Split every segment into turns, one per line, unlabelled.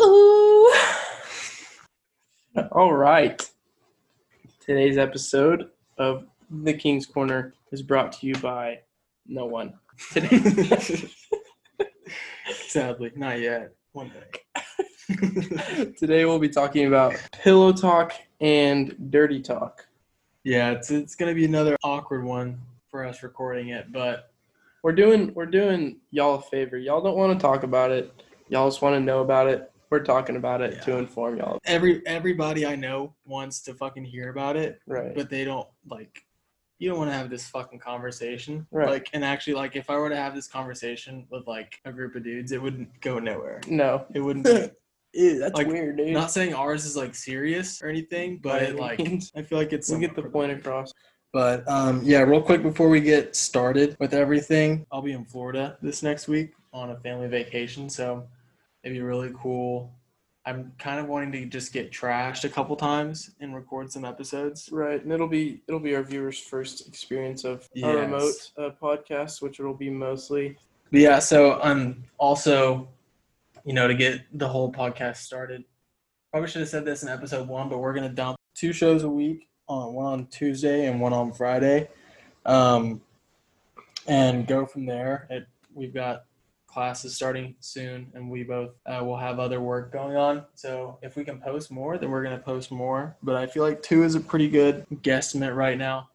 Ooh.
All right. Today's episode of The King's Corner is brought to you by no one. Today. Sadly, not yet. One day. Today we'll be talking about pillow talk and dirty talk. Yeah, it's it's gonna be another awkward one for us recording it, but we're doing we're doing y'all a favor. Y'all don't want to talk about it. Y'all just want to know about it. We're talking about it to
Yeah.
inform y'all.
every everybody I know wants to fucking hear about it,
Right.
but they don't like. You don't want to have this fucking conversation,
Right.
Like, and actually, like, if I were to have this conversation with like a group of dudes, it wouldn't go nowhere.
No.
It wouldn't. Be,
Ew, that's
Like,
weird, dude.
not saying ours is like serious or anything, but it, like, I feel like it's.
we get the point across.
But um, yeah, real quick before we get started with everything, I'll be in Florida this next week on a family vacation, so it'd be really cool. I'm kind of wanting to just get trashed a couple times and record some episodes.
Right, and it'll be it'll be our viewers' first experience of
Yes.
a remote uh, podcast, which it'll be mostly.
But yeah, so I'm also, you know, to get the whole podcast started, probably should have said this in episode one, but we're gonna dump two shows a week on one on Tuesday and one on Friday, um, and go from there. It, we've got classes starting soon, and we both uh, will have other work going on. So if we can post more, then we're gonna post more. But I feel like two is a pretty good guesstimate right now.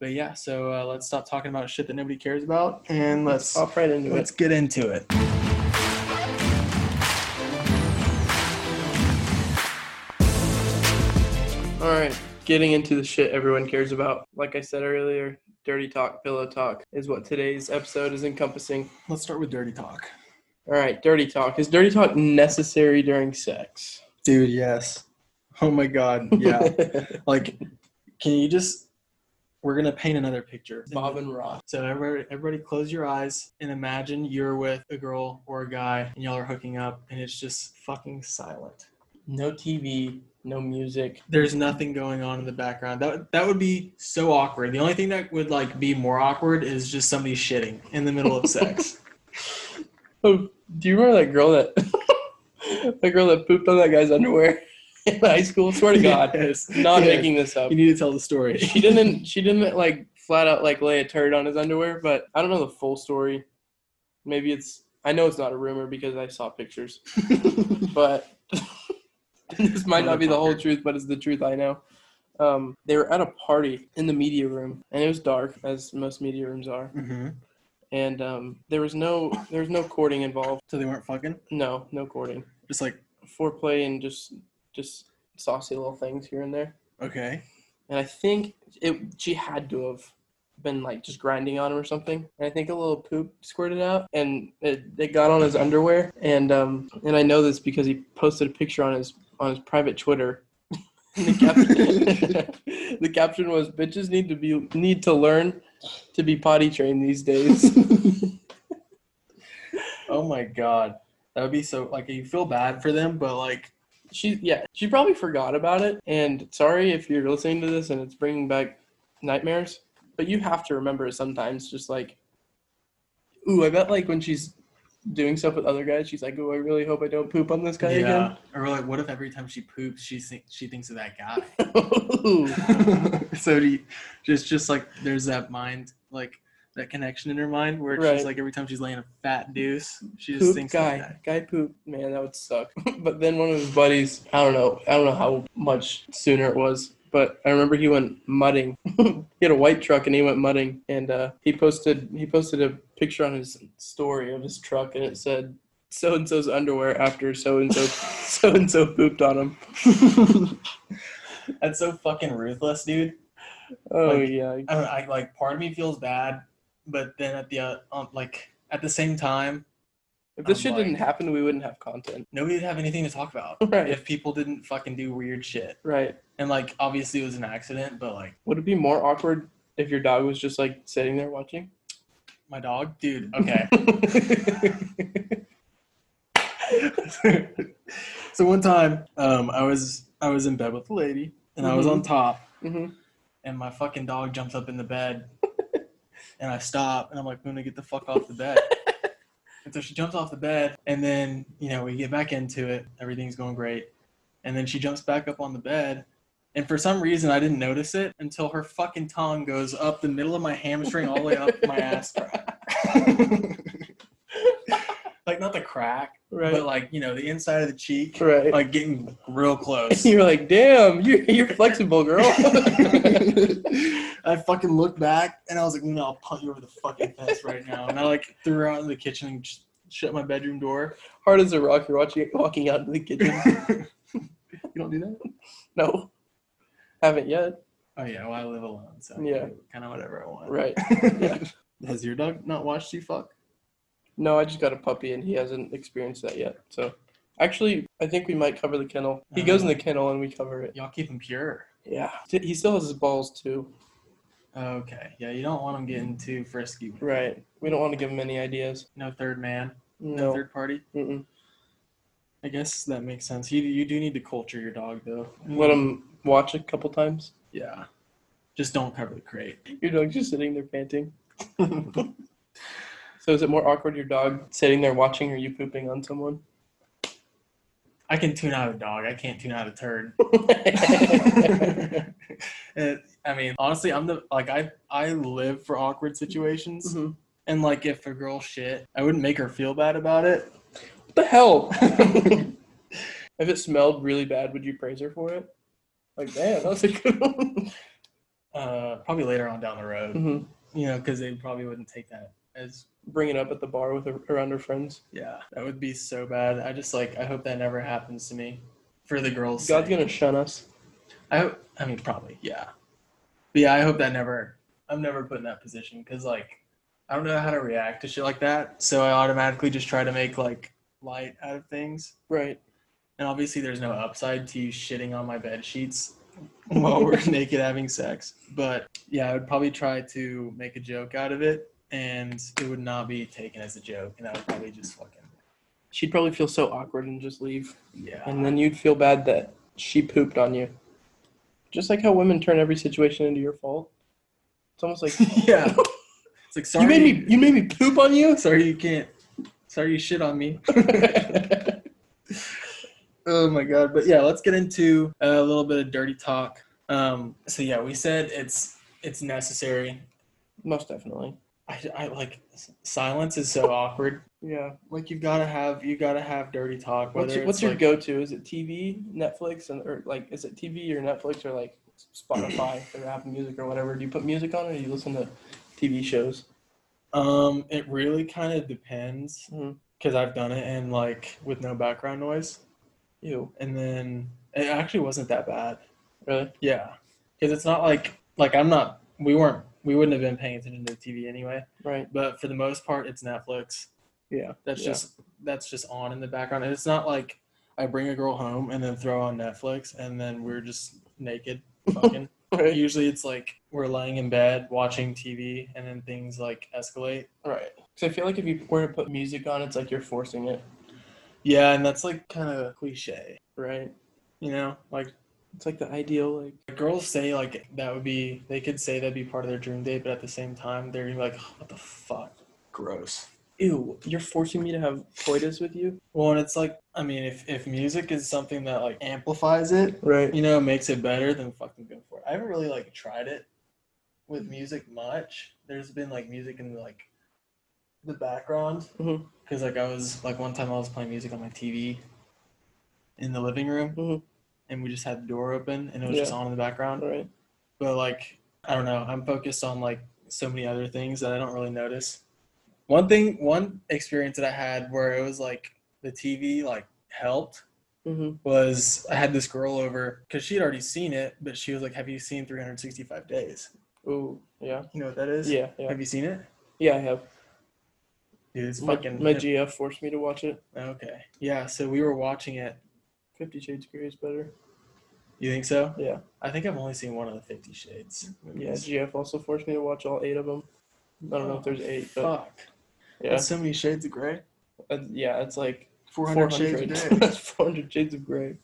But yeah, so uh, let's stop talking about shit that nobody cares about, and let's
Hop right into it.
Let's get into it.
All right, getting into the shit everyone cares about. Like I said earlier, dirty talk, pillow talk is what today's episode is encompassing.
Let's start with dirty talk.
All right, dirty talk. Is dirty talk necessary during sex?
Dude, yes. Oh my god, yeah. like can you just we're going to paint another picture.
Bob and Ross.
So everybody everybody close your eyes and imagine you're with a girl or a guy and y'all are hooking up and it's just fucking silent.
No TV, no music.
There's nothing going on in the background. That that would be so awkward. The only thing that would like be more awkward is just somebody shitting in the middle of sex.
Oh, do you remember that girl that that girl that pooped on that guy's underwear in high school? Swear to God,
Yes,
not
yes.
making this up.
You need to tell the story.
she didn't she didn't like flat out like lay a turd on his underwear but i don't know the full story maybe it's i know it's not a rumor because i saw pictures but this might not be the whole truth but it's the truth i know um, they were at a party in the media room and it was dark as most media rooms are
mm-hmm.
and um, there was no there was no courting involved
So they weren't fucking?
no no courting
Just like,
foreplay and just just saucy little things here and there
okay.
and I think it she had to have been like just grinding on him or something. And I think a little poop squirted out, and it, it got on his underwear. And um, and I know this because he posted a picture on his on his private Twitter. And the, caption, the caption was "Bitches need to be need to learn to be potty trained these days."
Oh my god. That would be so like you feel bad for them, but like
she yeah she probably forgot about it. And sorry if you're listening to this and it's bringing back nightmares, but you have to remember it sometimes. Just like ooh, I bet like when she's doing stuff with other guys, she's like, ooh, I really hope I don't poop on this guy
yeah. Or like what if every time she poops she think she thinks of that guy?
again. Ooh.
so do you, just just like there's that mind like that connection in her mind where
Right.
she's like every time she's laying a fat deuce, she just
Poop
thinks
guy,
of that.
guy poop, man, that would suck. but then one of his buddies, I don't know, I don't know how much sooner it was, but I remember he went mudding. he had a white truck and he went mudding, and uh, he posted he posted a picture on his story of his truck, and it said so and so's underwear after so and so so and so pooped on him.
That's so fucking ruthless, dude.
Oh
Like-
yeah,
I, don't know, I like part of me feels bad, but then at the uh, um, like at the same time,
if this
I'm
shit
like-
didn't happen, we wouldn't have content.
nobody'd have anything to talk about
Right.
if people didn't fucking do weird shit.
Right?
And like obviously it was an accident, but like
Would it be more awkward if your dog was just like sitting there watching?
my dog, dude. Okay.
Mm-hmm.
so one time, um, I was I was in bed with a lady, and I was
Mhm.
on top,
hmm
and my fucking dog jumps up in the bed, and I stop, and I'm like, Luna, get the fuck off the bed. And so she jumps off the bed, and then you know we get back into it. Everything's going great, and then she jumps back up on the bed, and for some reason I didn't notice it until her fucking tongue goes up the middle of my hamstring all the way up my ass crack. like not the crack, but
Right.
like you know the inside of the cheek,
Right.
like getting real close.
you're like, damn, you you're flexible, girl.
I fucking looked back and I was like, no, I'll punt you over the fucking fence right now. And I like threw her out in the kitchen and sh- shut my bedroom door.
Hard as a rock. You're watching walking out into the
you
kitchen.
don't do that?
No, haven't yet.
Oh yeah, well I live alone, so
Yeah.
kind of whatever I want.
Right. Yeah.
Has your dog not watched you fuck?
No, I just got a puppy and he hasn't experienced that yet. So, actually, I think we might cover the kennel. He goes in the kennel and we cover it.
Y'all keep him pure.
Yeah. He still has his balls too.
Okay. Yeah, you don't want him getting too frisky. with-
Right. We don't want to give him any ideas.
No third man, no
No.
third party.
Mm-mm.
I guess that makes sense. You you do need to culture your dog though.
Let him watch a couple times.
Yeah. Just don't cover the crate.
Your dog's just sitting there panting. So is it more awkward your dog sitting there watching or you pooping on someone?
I can tune out a dog. I can't tune out a turd. Mm-hmm. And, I mean, honestly, I'm the like I I live for awkward situations.
Mhm.
And like if a girl shit, I wouldn't make her feel bad about it.
What the hell? if it smelled really bad, would you praise her for it? Like, damn, that was a good one.
Uh, probably later on down the road,
Mhm.
you know, because they probably wouldn't take that as
Bring it up at the bar with her, around her friends.
yeah. That would be so bad. I just like I hope that never happens to me, for the girls.
God's gonna shun us.
I hope, I mean probably yeah, but yeah I hope that never I'm never put in that position because like I don't know how to react to shit like that, so I automatically just try to make like light out of things.
Right.
And obviously, there's no upside to you shitting on my bed sheets while we're naked having sex. But yeah, I would probably try to make a joke out of it, and it would not be taken as a joke, and I would probably just fucking
She'd probably feel so awkward and just leave.
yeah.
And then you'd feel bad that she pooped on you. Just like how women turn every situation into your fault. It's almost like
yeah. It's like sorry.
you made me you made me poop on you.
sorry you can't. Sorry you shit on me. Oh my god! But yeah, let's get into a little bit of dirty talk. Um, so yeah, we said it's it's necessary.
Most definitely.
I, I like s- silence is so awkward
Yeah.
like you've got to have you got to have dirty talk.
What's
whether
your, what's
it's,
your
like-
go-to? Is it TV, Netflix, and or like is it TV or Netflix or like Spotify or Apple Music or whatever? Do you put music on or do you listen to TV shows?
Um, it really kind of depends because
Mhm.
I've done it and like with no background noise,
Ew.
and then it actually wasn't that bad.
Really?
Yeah, because it's not like like I'm not we weren't we wouldn't have been paying attention to TV anyway.
Right.
But for the most part, it's Netflix.
Yeah.
That's
Yeah.
just that's just on in the background, and it's not like I bring a girl home and then throw on Netflix and then we're just naked fucking.
Right.
Usually it's like we're laying in bed watching TV and then things like escalate.
Right. Because I feel like if you were to put music on, it's like you're forcing it.
Yeah, and that's like kind of cliche,
Right.
you know? Like
It's like the ideal. Like
girls say like that would be they could say that'd be part of their dream date, but at the same time they're gonna be like, what the fuck? Gross.
ew, you're forcing me to have coitus with you.
Well, and it's like I mean, if if music is something that like amplifies it,
Right.
you know, makes it better, then fucking go for it. I haven't really like tried it with music much. There's been like music in like the background
Mhm.
because like I was like one time I was playing music on my TV in the living room,
Mhm.
and we just had the door open and it was
Yeah.
just on in the background.
Right.
But like I don't know, I'm focused on like so many other things that I don't really notice. One thing, one experience that I had where it was like the TV like helped
hmm
was I had this girl over because she had already seen it, but she was like, "Have you seen 365 Days?
Ooh. Yeah.
You know what that is?
Yeah. Yeah.
Have you seen it?
Yeah. I have.
Dude, it's
My,
fucking
my GF forced me to watch it.
okay. Yeah, so we were watching it.
Fifty Shades of Grey is better.
You think so?
Yeah.
I think I've only seen one of the Fifty Shades.
Yeah,
Movies.
GF also forced me to watch all eight of them. I don't know if there's eight, but
Fuck.
yeah,
That's so many shades of gray.
Uh, yeah, it's like
400,
400,
shades of gray.
That's 400 shades of gray.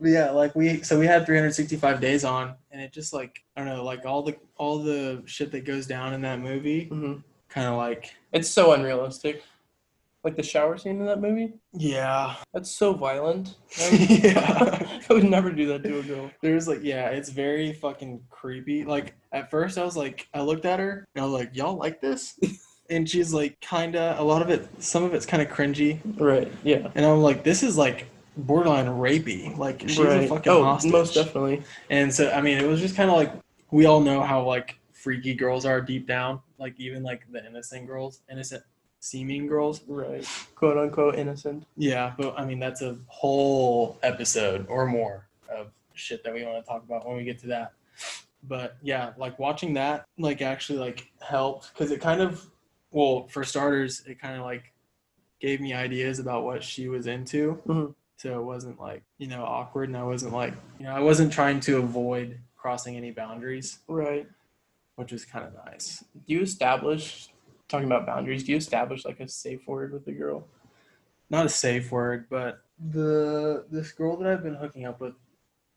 But yeah, like we so we had 365 days on, and it just like I don't know, like all the all the shit that goes down in that movie,
hmm
kind of like
It's so unrealistic. Like the shower scene in that movie?
Yeah.
That's so violent. I
yeah.
would- I would never do that to a girl.
There's like, yeah, it's very fucking creepy. Like, at first, I was like, I looked at her and I was like, y'all like this? and she's like, kinda, a lot of it, some of it's kind of cringy.
Right. Yeah.
And I'm like, this is like borderline rapey. Like, she's
right.
a fucking
oh,
hostage.
most definitely.
And so, I mean, it was just kind of like, we all know how like freaky girls are deep down. Like, even like the innocent girls, innocent seeming girls.
Right. Quote unquote innocent.
Yeah, but I mean, that's a whole episode or more of shit that we want to talk about when we get to that. But yeah, like watching that, like actually like helped because it kind of, well, for starters, it kind of like gave me ideas about what she was into.
Mhm.
So it wasn't like, you know, awkward and I wasn't like, you know, I wasn't trying to avoid crossing any boundaries,
Right.
which was kind of nice.
Do you establish talking about boundaries, do you establish like a safe word with the girl?
not a safe word, but the this girl that I've been hooking up with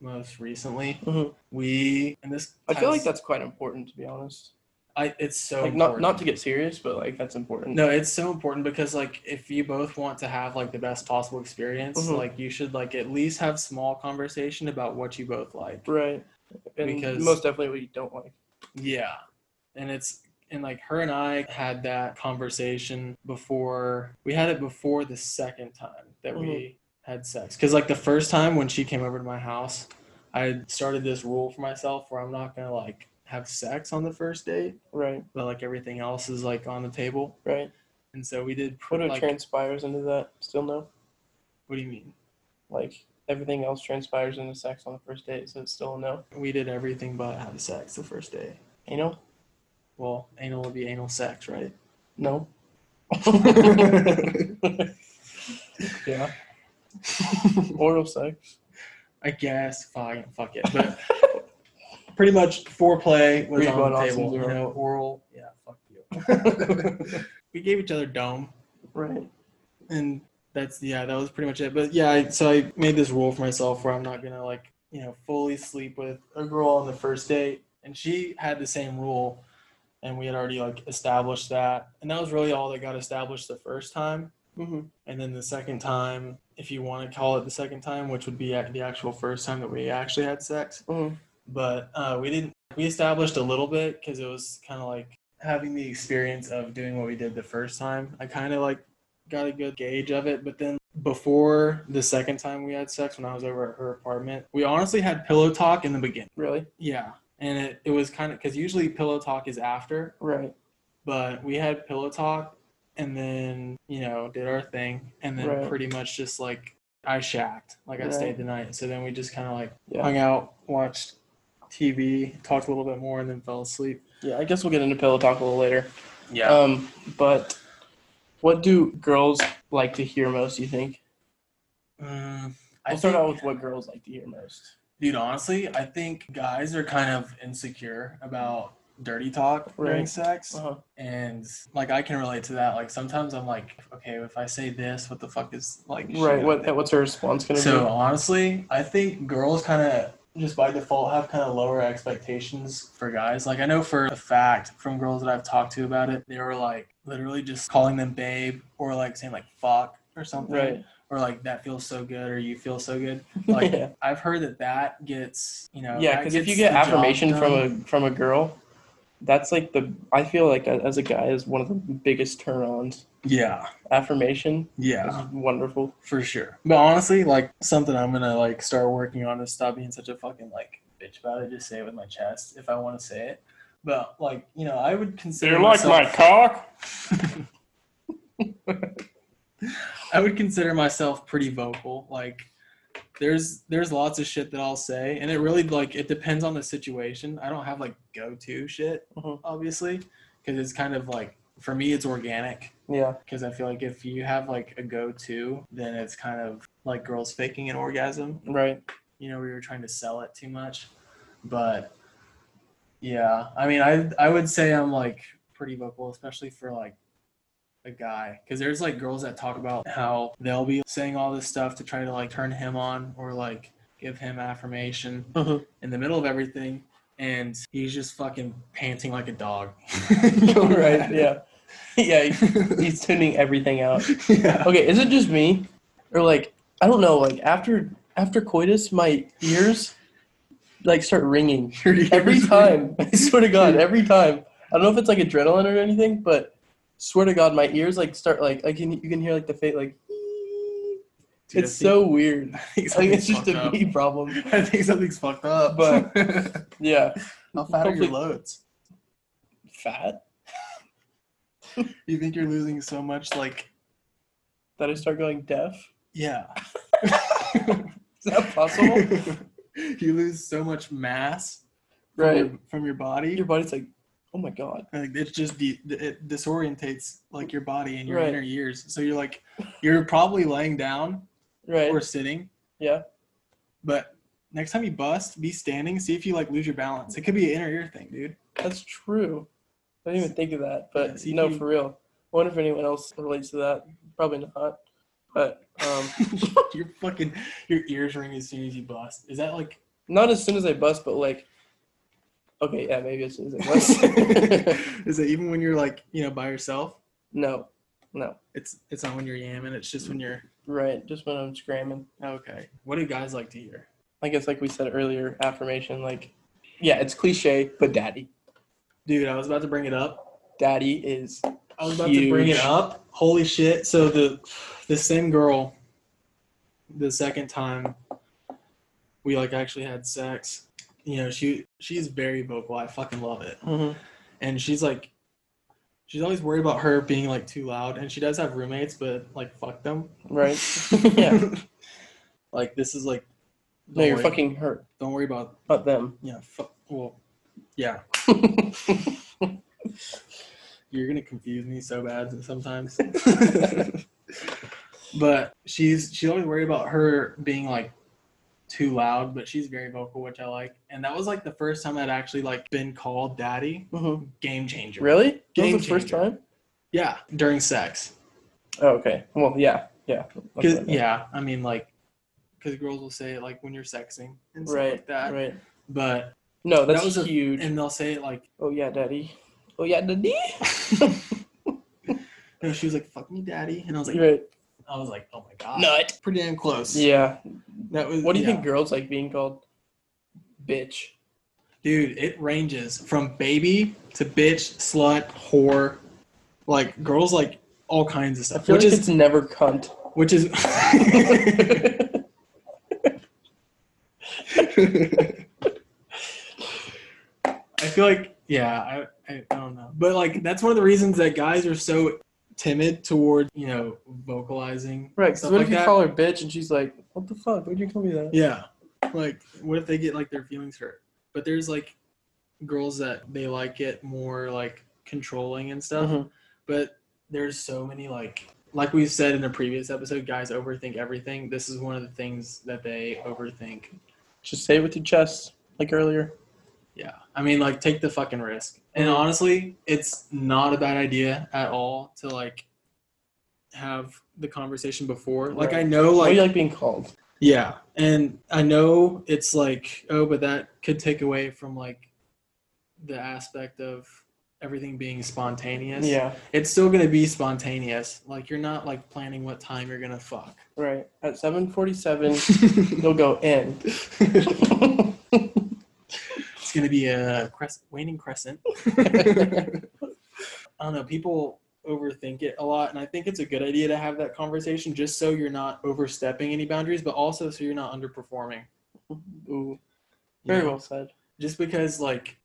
most recently,
Mhm.
we and this
I feel like
ties-
that's quite important to be honest.
I it's so
Like not
important.
not to get serious, but like that's important.
no, it's so important because like if you both want to have like the best possible experience,
Mhm.
like you should like at least have small conversation about what you both like.
Right. And
Because-
most definitely what you don't like.
Yeah. And it's and like her and I had that conversation before we had it before the second time that we
Mm-hmm.
had sex. Cause like the first time when she came over to my house, I had started this rule for myself where I'm not gonna like have sex on the first date,
Right.
but like everything else is like on the table.
Right.
And so we did
What
put
if
like
transpires into that? Still no?
what do you mean?
Like everything else transpires into sex on the first date, so it's still a no.
We did everything but have sex the first day.
You know?
Well, anal would be anal sex, right?
No. yeah. Oral sex.
I guess. Fine, fuck it. But pretty much foreplay was
Read
on
what
the
Austin
table. You
Zero.
know, oral. Yeah, fuck you. we gave each other dome,
Right.
and that's yeah, that was pretty much it. But yeah, I, so I made this rule for myself where I'm not gonna like you know fully sleep with a girl on the first date, and she had the same rule, and we had already like established that, and that was really all that got established the first time.
Mm-hmm.
And then the second time, if you want to call it the second time, which would be at the actual first time that we actually had sex.
Mhm.
But uh, we didn't. We established a little bit because it was kind of like having the experience of doing what we did the first time. I kind of like got a good gauge of it. But then before the second time we had sex, when I was over at her apartment, we honestly had pillow talk in the beginning.
Really?
Yeah. And it, it was kind of because usually pillow talk is after
Right.
but we had pillow talk and then you know did our thing and then
Right.
pretty much just like i shacked like i
Right.
stayed the night so then we just kind of like
Yeah.
hung out watched tv talked a little bit more and then fell asleep
Yeah, I guess we'll get into pillow talk a little later.
yeah
Um, but what do girls like to hear most, you think?
i
We'll start
Mm, think-
out with what girls like to hear most.
dude honestly i think guys are kind of insecure about dirty talk during
Right.
sex
Uh-huh.
and like i can relate to that like sometimes i'm like okay if i say this what the fuck is like should
Right.
I
What, what's her response going to
So honestly, I think girls kind of just by default have kind of lower expectations for guys. Like I know for a fact from girls that I've talked to about it, they were like literally just calling them babe or like saying like fuck or
be?
something
Right.
or like that feels so good or you feel so good. Like
Yeah.
I've heard that that gets you know
yeah
that
because if
gets
you uh, get
the job
affirmation from
done.
a from a girl that's like the i feel like as a guy is one of the biggest turn-ons
yeah
affirmation
yeah
is wonderful
for sure. But honestly, like something I'm gonna like start working on is stop being such a fucking like bitch about it. Just say it with my chest if I want to say it. But like you know, I would consider myself-
cock
I would consider myself pretty vocal. Like there's there's lots of shit that I'll say, and it really like it depends on the situation. I don't have like go to shit
Mhm.
obviously because it's kind of like for me it's organic
yeah
because I feel like if you have like a go to, then it's kind of like girls faking an orgasm
right
you know, we were trying to sell it too much. But yeah, I mean, I I would say I'm like pretty vocal, especially for like a guy, because there's like girls that talk about how they'll be saying all this stuff to try to like turn him on or like give him affirmation
Mhm.
in the middle of everything, and he's just fucking panting like a dog.
right yeah yeah, he's tuning everything out.
yeah.
Okay, is it just me, or like I don't know? Like after after coitus, my ears like start ringing every time. I swear to God, every time. I don't know if it's like adrenaline or anything, but swear to God, my ears like start like I can you can hear like the fate like.
Dude, I
it's
think-
so weird.
I think
Like
something's
it's just
fucked
a
up.
me problem.
I think something's fucked up.
But- Yeah,
how fat are
Hopefully-
your loads?
fat
You think you're losing so much? Like,
that I start going deaf.
yeah.
Is that possible?
you lose so much mass from
right.
your, from your body.
Your body's like, oh my god.
like it just de- it disorientates like your body and your
Right.
inner ears so you're like you're probably laying down
Right.
or sitting
Yeah.
but next time you bust be standing see if you like lose your balance it could be an inner ear thing dude
That's true. I didn't even think of that,
Yeah,
but
see if
no,
you-
for real. I wonder if anyone else relates to that. Probably not. But um,
your fucking your ears ring as soon as you bust is that like
not as soon as I bust, but like, okay, yeah, maybe as soon as I bust.
is it even when you're like you know by yourself
no, no,
it's it's not when you're yamming it's just when you're oh,
right. Just when I'm scramming.
okay what do guys like to hear
I guess, like we said earlier, affirmation, like, yeah, it's cliche, but daddy.
dude i was about to bring it up
Daddy is,
I was about to bring it
Huge.
up. Holy shit! So the the same girl, the second time we like actually had sex, you know, she she's very vocal. I fucking love it. And she's like, she's always worried about her being like too loud. And she does have roommates, but like fuck them.
right? Yeah.
like this is like.
No, you're
worry,
fucking hurt,
Don't worry about
not them. Mm-hmm.
yeah. Fu- well, yeah. You're gonna confuse me so bad sometimes. but she's she's always worried about her being like too loud, but she's very vocal, which I like. And that was like the first time I'd actually like been called daddy.
Mhm.
Game changer.
Really? That
Game
was the first
changer.
time?
Yeah, during sex.
Oh, okay. Well, yeah, yeah. That's what I
Because
meant.
yeah, I mean like, because girls will say it like when you're sexing and stuff
right,
like that.
right.
But
No, that's
That was a-
huge.
and they'll say it like,
oh yeah, daddy. Oh yeah, daddy.
no, she was like, "Fuck me, daddy," and I was like,
right.
I was like, "Oh my god,
Nut.
pretty damn close."
Yeah.
That was.
What do you
yeah.
think girls like being called? Bitch.
Dude, it ranges from baby to bitch, slut, whore, like girls like all kinds of
I
stuff.
feel
Which
like
is
it's never cunt.
which is I feel like yeah, I, I I don't know. But like that's one of the reasons that guys are so timid toward, you know, vocalizing.
right.
and
Because
stuff
what
like
if you
that.
call her bitch and she's like, "What the fuck? Why'd you call me that?"
Yeah. Like what if they get like their feelings hurt? But there's like girls that they like it more like controlling and stuff.
Mhm.
but there's so many like like we've said in the previous episode guys overthink everything this is one of the things that they overthink
Just say it with your chest, like earlier.
yeah i mean like take the fucking risk and
Mhm.
honestly it's not a bad idea at all to like have the conversation before like
Right.
i know
what
like,
do you like being called?
yeah and i know it's like oh but that could take away from like the aspect of everything being spontaneous
Yeah.
it's still gonna be spontaneous. Like you're not like planning what time you're gonna fuck.
Right. At seven forty-seven, you'll go in.
it's gonna be a cres- waning crescent. I don't know. People overthink it a lot, and I think it's a good idea to have that conversation just so you're not overstepping any boundaries, but also so you're not underperforming.
Ooh.
you
Very
know?
well said.
Just because like,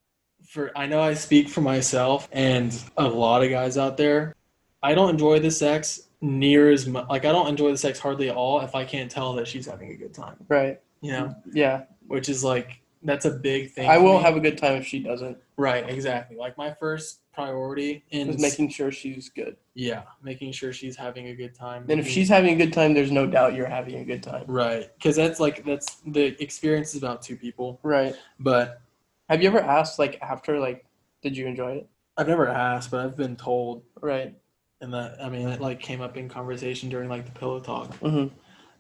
for I know I speak for myself and a lot of guys out there. I don't enjoy the sex near as much. Like I don't enjoy the sex hardly at all if I can't tell that she's having a good time.
Right.
you know,
Yeah.
which is like that's a big thing.
Mm-hmm. I
for
will
me.
have a good time if she doesn't.
right, exactly. Like my first priority in
Is making sure she's good.
yeah, making sure she's having a good time.
And if
Mhm.
she's having a good time, there's no doubt you're having a good time.
right, because that's like that's the experience is about two people.
Right.
But
Have you ever asked like after like, did you enjoy it?
I've never asked, but I've been told,
Right.
and that I mean, it like came up in conversation during like the pillow talk.
Mm-hmm.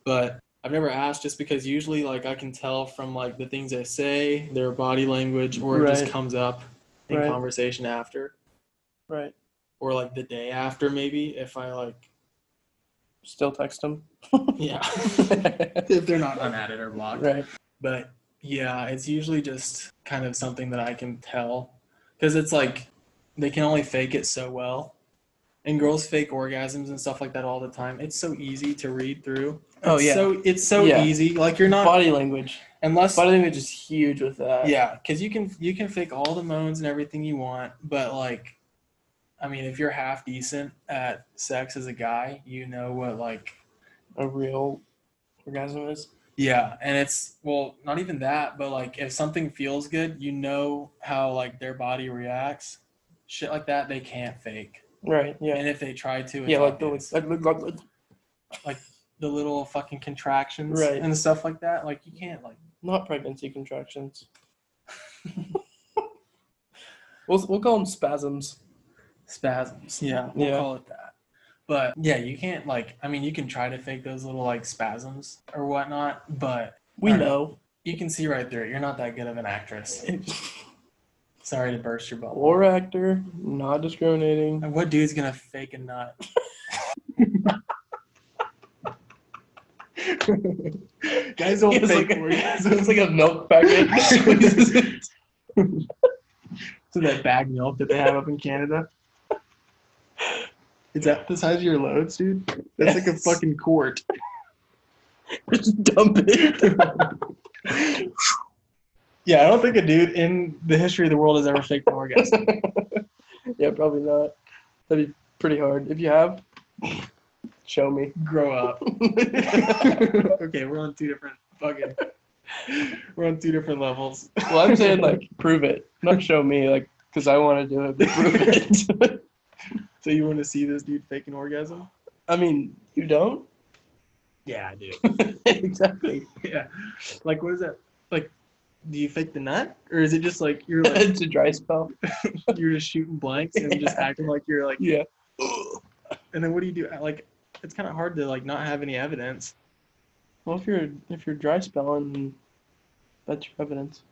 But I've never asked just because usually like I can tell from like the things they say, their body language, or it just
Right.
comes up in
Right.
conversation after.
Right.
or like the day after maybe if I like
Still text him.
yeah if they're not unadded or blocked.
right.
But yeah, it's usually just kind of something that I can tell because it's like they can only fake it so well. And girls fake orgasms and stuff like that all the time. It's so easy to read through.
Oh,
It's
yeah.
so it's so
Yeah.
easy. Like you're not
Body language.
unless
Body language is huge with uh, that.
yeah, because you can you can fake all the moans and everything you want, but like, I mean, if you're half decent at sex as a guy, you know what like
A real orgasm is.
Yeah, and it's well, not even that, but like if something feels good, you know how like their body reacts. Shit like that, they can't fake.
Right. Yeah.
And if they try to, it's
Yeah. Like the
obvious.
like, like, like, like-
the little fucking contractions
Right.
and stuff like that, like you can't like.
not pregnancy contractions. we'll we'll call them spasms.
spasms. Yeah, we'll
Yeah.
call it that. But yeah, you can't like. I mean, you can try to fake those little like spasms or whatnot, but
We
Alright.
know.
you can see right through it. You're not that good of an actress. Sorry to burst your bubble.
War actor, not discriminating.
And What dude's gonna fake a nut? Guys don't
He has
fake
like a-
orgasms.
it's like a milk packet. Squeezes it.
to that bag milk that they have up in Canada. Is that the size of your loads, dude? That's like a
Yes.
fucking quart.
Just dump it.
Yeah, I don't think a dude in the history of the world has ever faked an orgasm.
yeah, probably not. That'd be pretty hard. If you have, show me.
Grow up. okay, we're on two different fucking. We're on two different levels.
Well, I'm saying like prove it, not show me, like because I want to do it. But prove it.
So you want to see this dude fake an orgasm?
I mean, you don't
Yeah, I do.
exactly.
yeah. Like, what is that? Like, do you fake the nut, or is it just like you're like
it's a dry spell.
you're just shooting blanks and just
Yeah.
acting like you're like?
Yeah.
And then what do you do? Uh, Like, it's kind of hard to like not have any evidence.
Well, if you're if you're dry spelling, then that's your evidence.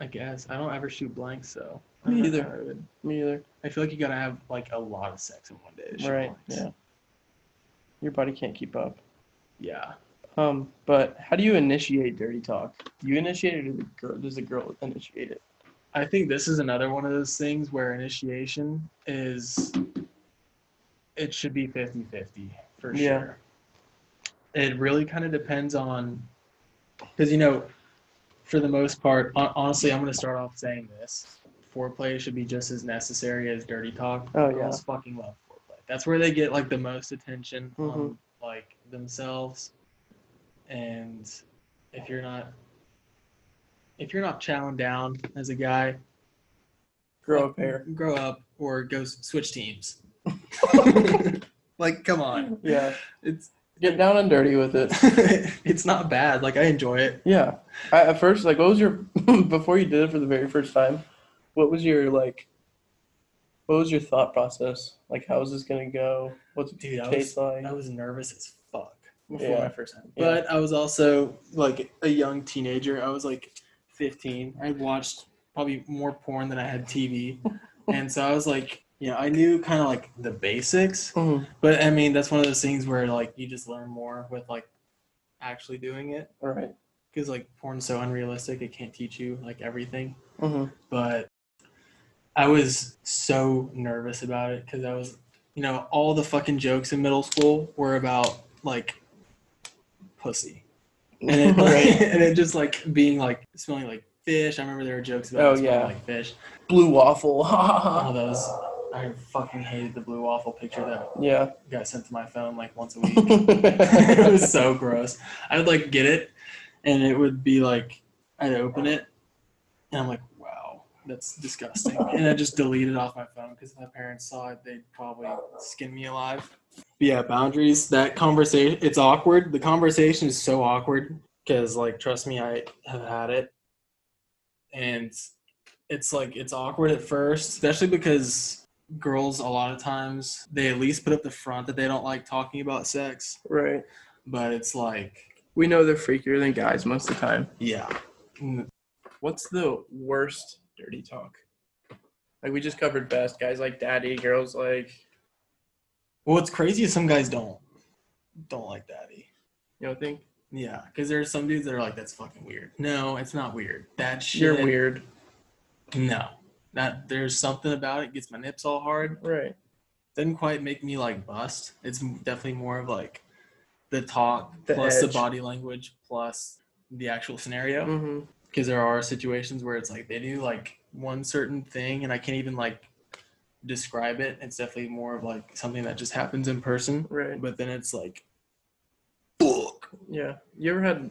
I guess I don't ever shoot blanks, so I
Me
don't know
either.
how I would-
Me either.
I feel like you gotta have like a lot of sex in one day. to shoot
Right.
blanks.
Yeah. Your body can't keep up.
Yeah.
Um, but how do you initiate dirty talk? Do you initiate it, or the girl, does the girl initiate it?
I think this is another one of those things where initiation is it should be 50-50 for
Yeah.
sure. It really kind of depends on cuz you know for the most part hon- honestly I'm going to start off saying this. Foreplay should be just as necessary as dirty talk.
Oh, yeah.
Girls fucking love foreplay. That's where they get like the most attention on
Mhm.
like themselves and if you're not if you're not chowing down as a guy,
Grow a pair.
grow up, or go s- switch teams. like, come on,
Yeah.
it's
Get down and dirty with it.
it's not bad. Like, I enjoy it.
Yeah. I, at first, like, what was your before you did it for the very first time? What was your like? What was your thought process? Like, how is this gonna go? What's it
Dude, I
taste like?
I was nervous as fuck before
Yeah.
my first time,
Yeah.
but I was also like a young teenager. I was like 15. I watched probably more porn than I had TV, and so I was like, you know, I knew kind of like the basics,
Mhm.
but I mean, that's one of those things where like you just learn more with like actually doing it.
All right.
because like porn's so unrealistic it can't teach you like everything
Mhm.
but i was so nervous about it because i was you know all the fucking jokes in middle school were about like pussy and it,
right.
and it just like being like smelling like fish i remember there were jokes about
Oh,
it smelling
yeah.
like fish
Blue waffle.
all those i fucking hated the blue waffle picture that
yeah.
got sent to my phone like once a week it was so gross. I would like get it, and it would be like I'd open it, and I'm like, wow, that's disgusting, and I just delete it off my phone because if my parents saw it, they'd probably skin me alive. But yeah, boundaries. That conversation, it's awkward. The conversation is so awkward because, like, trust me, I have had it, and it's like it's awkward at first, especially because girls a lot of times they at least put up the front that they don't like talking about sex
right.
but it's like
We know they're freakier than guys most of the time.
yeah
What's the worst dirty talk? Like we just covered best guys like daddy, girls like
Well, what's crazy is some guys don't don't like daddy.
you know think
Yeah, because there's some dudes that are like, "That's fucking weird." No, it's not weird. That shit.
you're weird.
No, that there's something about it gets my nips all hard.
Right.
Doesn't quite make me like bust. It's definitely more of like the talk
The
plus the
edge.
body language plus the actual scenario.
Mm-hmm.
because there are situations where it's like they do like one certain thing and I can't even like describe it. It's definitely more of like something that just happens in person,
Right.
but then it's like, oh, fuck.
Yeah. You ever had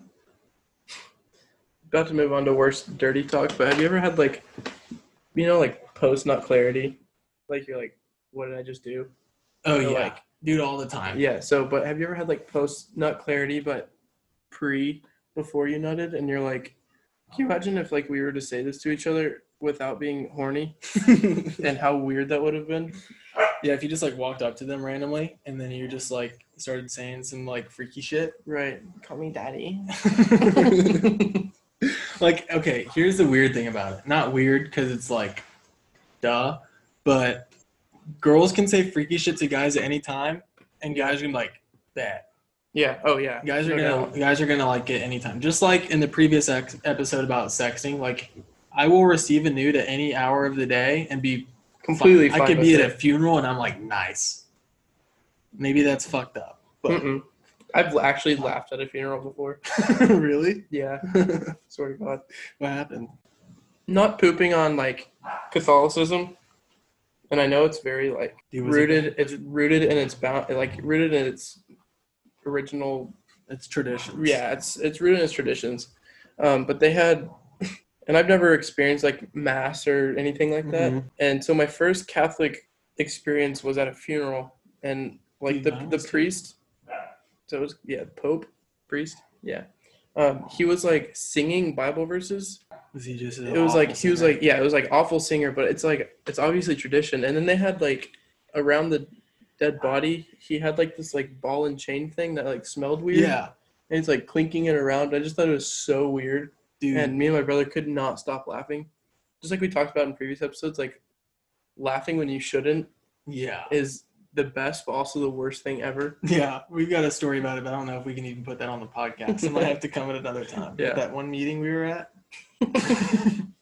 about to move on to worse dirty talk, but have you ever had like you know like post not clarity? Like you're like, what did I just do?
Oh
Or,
yeah,
like-
dude, all the time.
Yeah. So, but have you ever had like post nut clarity, but pre before you nutted, and you're like, can you imagine if like we were to say this to each other without being horny,
yeah,
and how weird that would have been?
if you just like walked up to them randomly and then you're just like started saying some like freaky shit.
Right. Call me daddy.
like, okay, here's the weird thing about it. Not weird because it's like, duh, but girls can say freaky shit to guys at any time, and guys are gonna be like that.
Yeah. Oh yeah.
Guys
No
are gonna
doubt.
guys are gonna like it any time. Just like in the previous ex- episode about sexting, like I will receive a nude at any hour of the day and be
completely.
fine.
Fine
I could
with
be
it.
at a funeral and I'm like, nice. Maybe that's fucked up. But
Mm-mm. I've actually laughed at a funeral before.
really,
Yeah. Swear to God.
what happened?
Not pooping on like Catholicism, and I know it's very like
Dude, was it-
rooted. It's rooted in its bound, like rooted in its original
It's tradition.
yeah it's it's rooted in its traditions um, but they had and i've never experienced like mass or anything like that
Mhm.
and so my first catholic experience was at a funeral and like
Dude,
the,
mine
the
was too.
priest so it was yeah pope priest yeah um, he was like singing bible verses
Was he just?
it was like he was like yeah it was like awful singer but it's like it's obviously tradition and then they had like around the dead body he had like this like ball and chain thing that like smelled weird
yeah,
and it's like clinking it around. I just thought it was so weird,
dude.
and me and my brother could not stop laughing. Just like we talked about in previous episodes, like laughing when you shouldn't
yeah,
is the best, but also the worst thing ever.
yeah. We've got a story about it, but I don't know if we can even put that on the podcast. I might have to come at another time.
Yeah.
that one meeting we were at.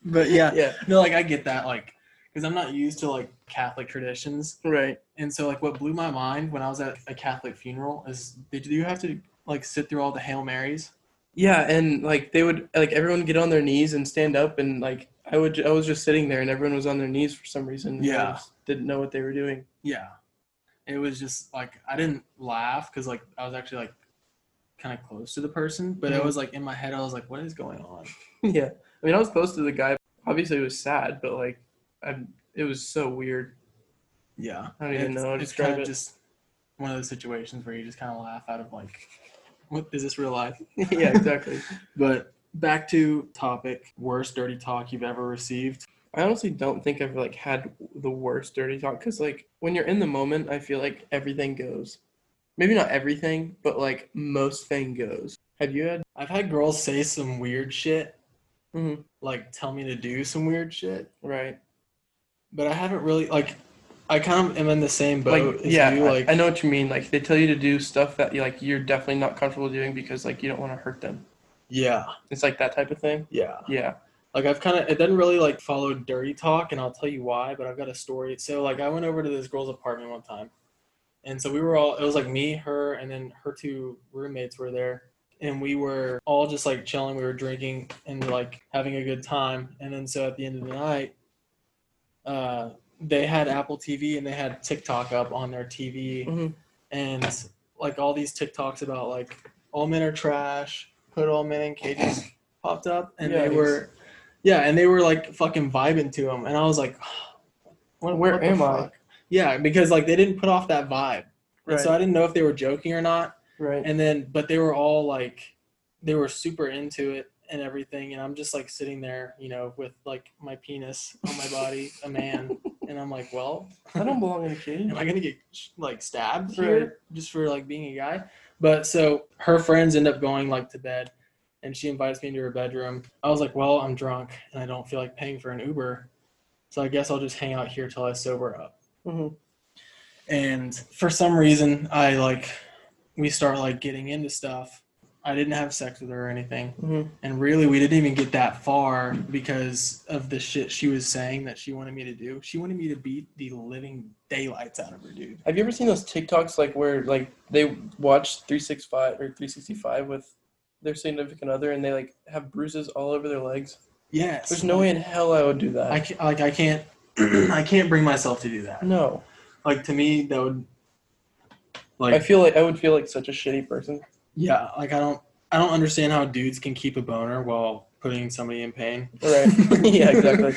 but yeah,
Yeah,
no, like I get that, like, because I'm not used to like Catholic traditions,
right.
and so like what blew my mind when I was at a Catholic funeral is did you have to like sit through all the Hail Marys?
Yeah, and like they would like everyone would get on their knees and stand up, and like I would I was just sitting there, and everyone was on their knees for some reason. and I
Yeah.
just didn't know what they were doing.
Yeah. It was just like I didn't laugh because like I was actually like kind of close to the person, but it
Mhm.
was like in my head I was like, what is going on?
yeah, I mean I was close to the guy. Obviously, it was sad, but like I it was so weird.
Yeah.
I don't even know how to
it's
describe
kind
it.
of just one of those situations where you just kind of laugh out of like, what is this real life?
yeah, exactly.
But back to topic worst dirty talk you've ever received.
I honestly don't think I've like had the worst dirty talk because like when you're in the moment, I feel like everything goes. Maybe not everything, but like most thing goes. Have you had?
I've had girls say some weird shit,
Mhm.
like tell me to do some weird shit,
Right.
but I haven't really like. I kind of am in the same boat.
like
as
yeah,
you,
I-
like
I, know what you mean. Like they tell you to do stuff that you like you're definitely not comfortable doing because like you don't want to hurt them.
yeah,
It's like that type of thing.
yeah.
Yeah.
like I've kind of it doesn't really like follow dirty talk, and I'll tell you why. But I've got a story. So like I went over to this girl's apartment one time, and so we were all it was like me, her, and then her two roommates were there, and we were all just like chilling. We were drinking and like having a good time, and then so at the end of the night, uh, they had Apple TV and they had TikTok up on their TV,
Mhm.
and like all these TikToks about like all men are trash, put all men in cages popped up, and
Yeah,
they
he's-
were, yeah, and they were like fucking vibing to him, and I was like, what,
Where
what the
am I?
fuck? Yeah, because like they didn't put off that vibe, and
Right.
so I didn't know if they were joking or not,
right.
and then but they were all like they were super into it and everything and i'm just like sitting there you know with like my penis on my body a man and i'm like well
I don't belong in a cage.
am i gonna get like stabbed
Right.
here just for like being a guy but so her friends end up going like to bed and she invites me into her bedroom i was like well i'm drunk and i don't feel like paying for an uber So I guess I'll just hang out here till I sober up.
Mhm.
And for some reason, I like we start like getting into stuff. I didn't have sex with her or anything,
Mhm.
and really we didn't even get that far because of the shit she was saying that she wanted me to do. She wanted me to beat the living daylights out of her, dude.
Have you ever seen those TikToks like where like they watch 365 or 365 with their significant other and they like have bruises all over their legs?
Yes.
There's no way in hell I would do that.
I ca- like I can't I can't bring myself to do that.
no.
Like to me that would like
I feel like I would feel like such a shitty person.
yeah, like I don't I don't understand how dudes can keep a boner while putting somebody in pain.
Right. yeah, exactly.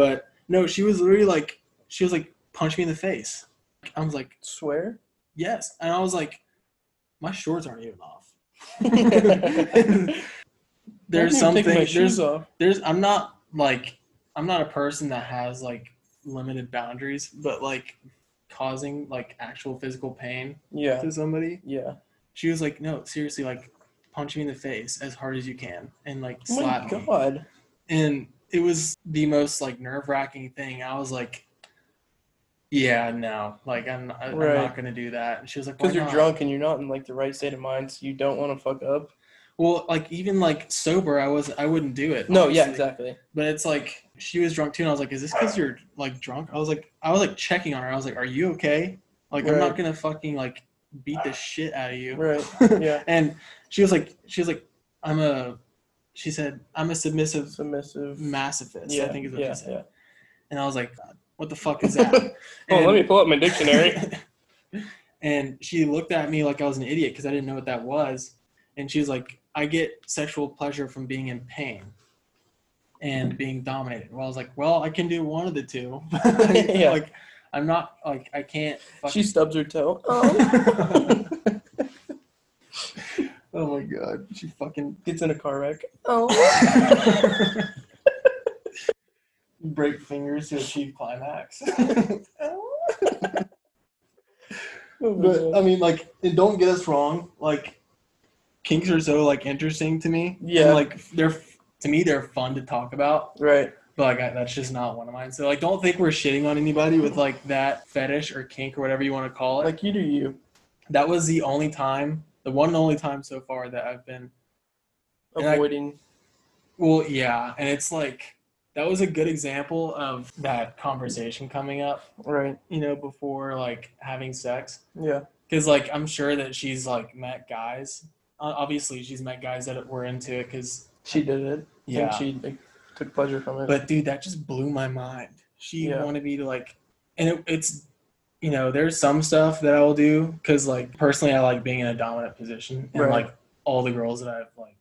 But no, she was literally like she was like punch me in the face. I was like,
Swear?
"Yes." And I was like, "My shorts aren't even off." there's
I haven't even
something
taken my
there's
shoes off.
there's I'm not like I'm not a person that has like limited boundaries, but like causing like actual physical pain
Yeah.
to somebody.
Yeah.
She was like, "No, seriously, like punch me in the face as hard as you can and like
Oh my
slap me."
god.
And it was the most like nerve-wracking thing. I was like, "Yeah, no. Like I'm I- I'm
Right.
not going to do that." And she was like,
Because
"Why
you're
not?"
drunk and you're not in like the right state of mind, so you don't want to fuck up.
Well, like even like sober, I was I wouldn't do it.
No, yeah,
honestly.
exactly.
But it's like she was drunk too, and I was like, "Is this because you're like drunk?" I was like, I was like checking on her. I was like, "Are you okay?" Like I'm
Right.
not gonna fucking like beat the shit out of you.
Right. Yeah.
and she was like, she was like, "I'm a," she said, "I'm a submissive
Submissive.
masochist."
yeah,
I think is what
yeah,
she said.
yeah.
And I was like, "What the fuck is that?"
Oh,
And-
let me pull up my dictionary.
and she looked at me like I was an idiot because I didn't know what that was. And she's like, I get sexual pleasure from being in pain and being dominated. Well, I was like, well, I can do one of the two.
Yeah.
Like, I'm not, like, I can't.
she
fucking-
stubs her toe.
oh my God. She fucking.
Gets in a car wreck.
Oh. Break fingers to achieve climax.
Oh my
But
God.
I mean, like, and don't get us wrong. Like, kinks are so like interesting to me. And,
Yeah.
like they're to me they're fun to talk about.
right.
But like I, that's just not one of mine. So like, don't think we're shitting on anybody with like that fetish or kink or whatever you want to call it. Like
Like you do you.
that was the only time, the one and only time so far that I've been. And I-
Avoiding.
Well, yeah, and it's like that was a good example of that conversation coming up.
right.
You know, before like having sex.
Yeah.
because like i'm sure that she's like met guys O- obviously she's met guys that were into it because
She did it.
yeah
I think she like, took pleasure from it.
but dude that just blew my mind she
Yeah.
wanted me to like and it, it's you know there's some stuff that i will do because like personally i like being in a dominant position and
Right.
like all the girls that i've like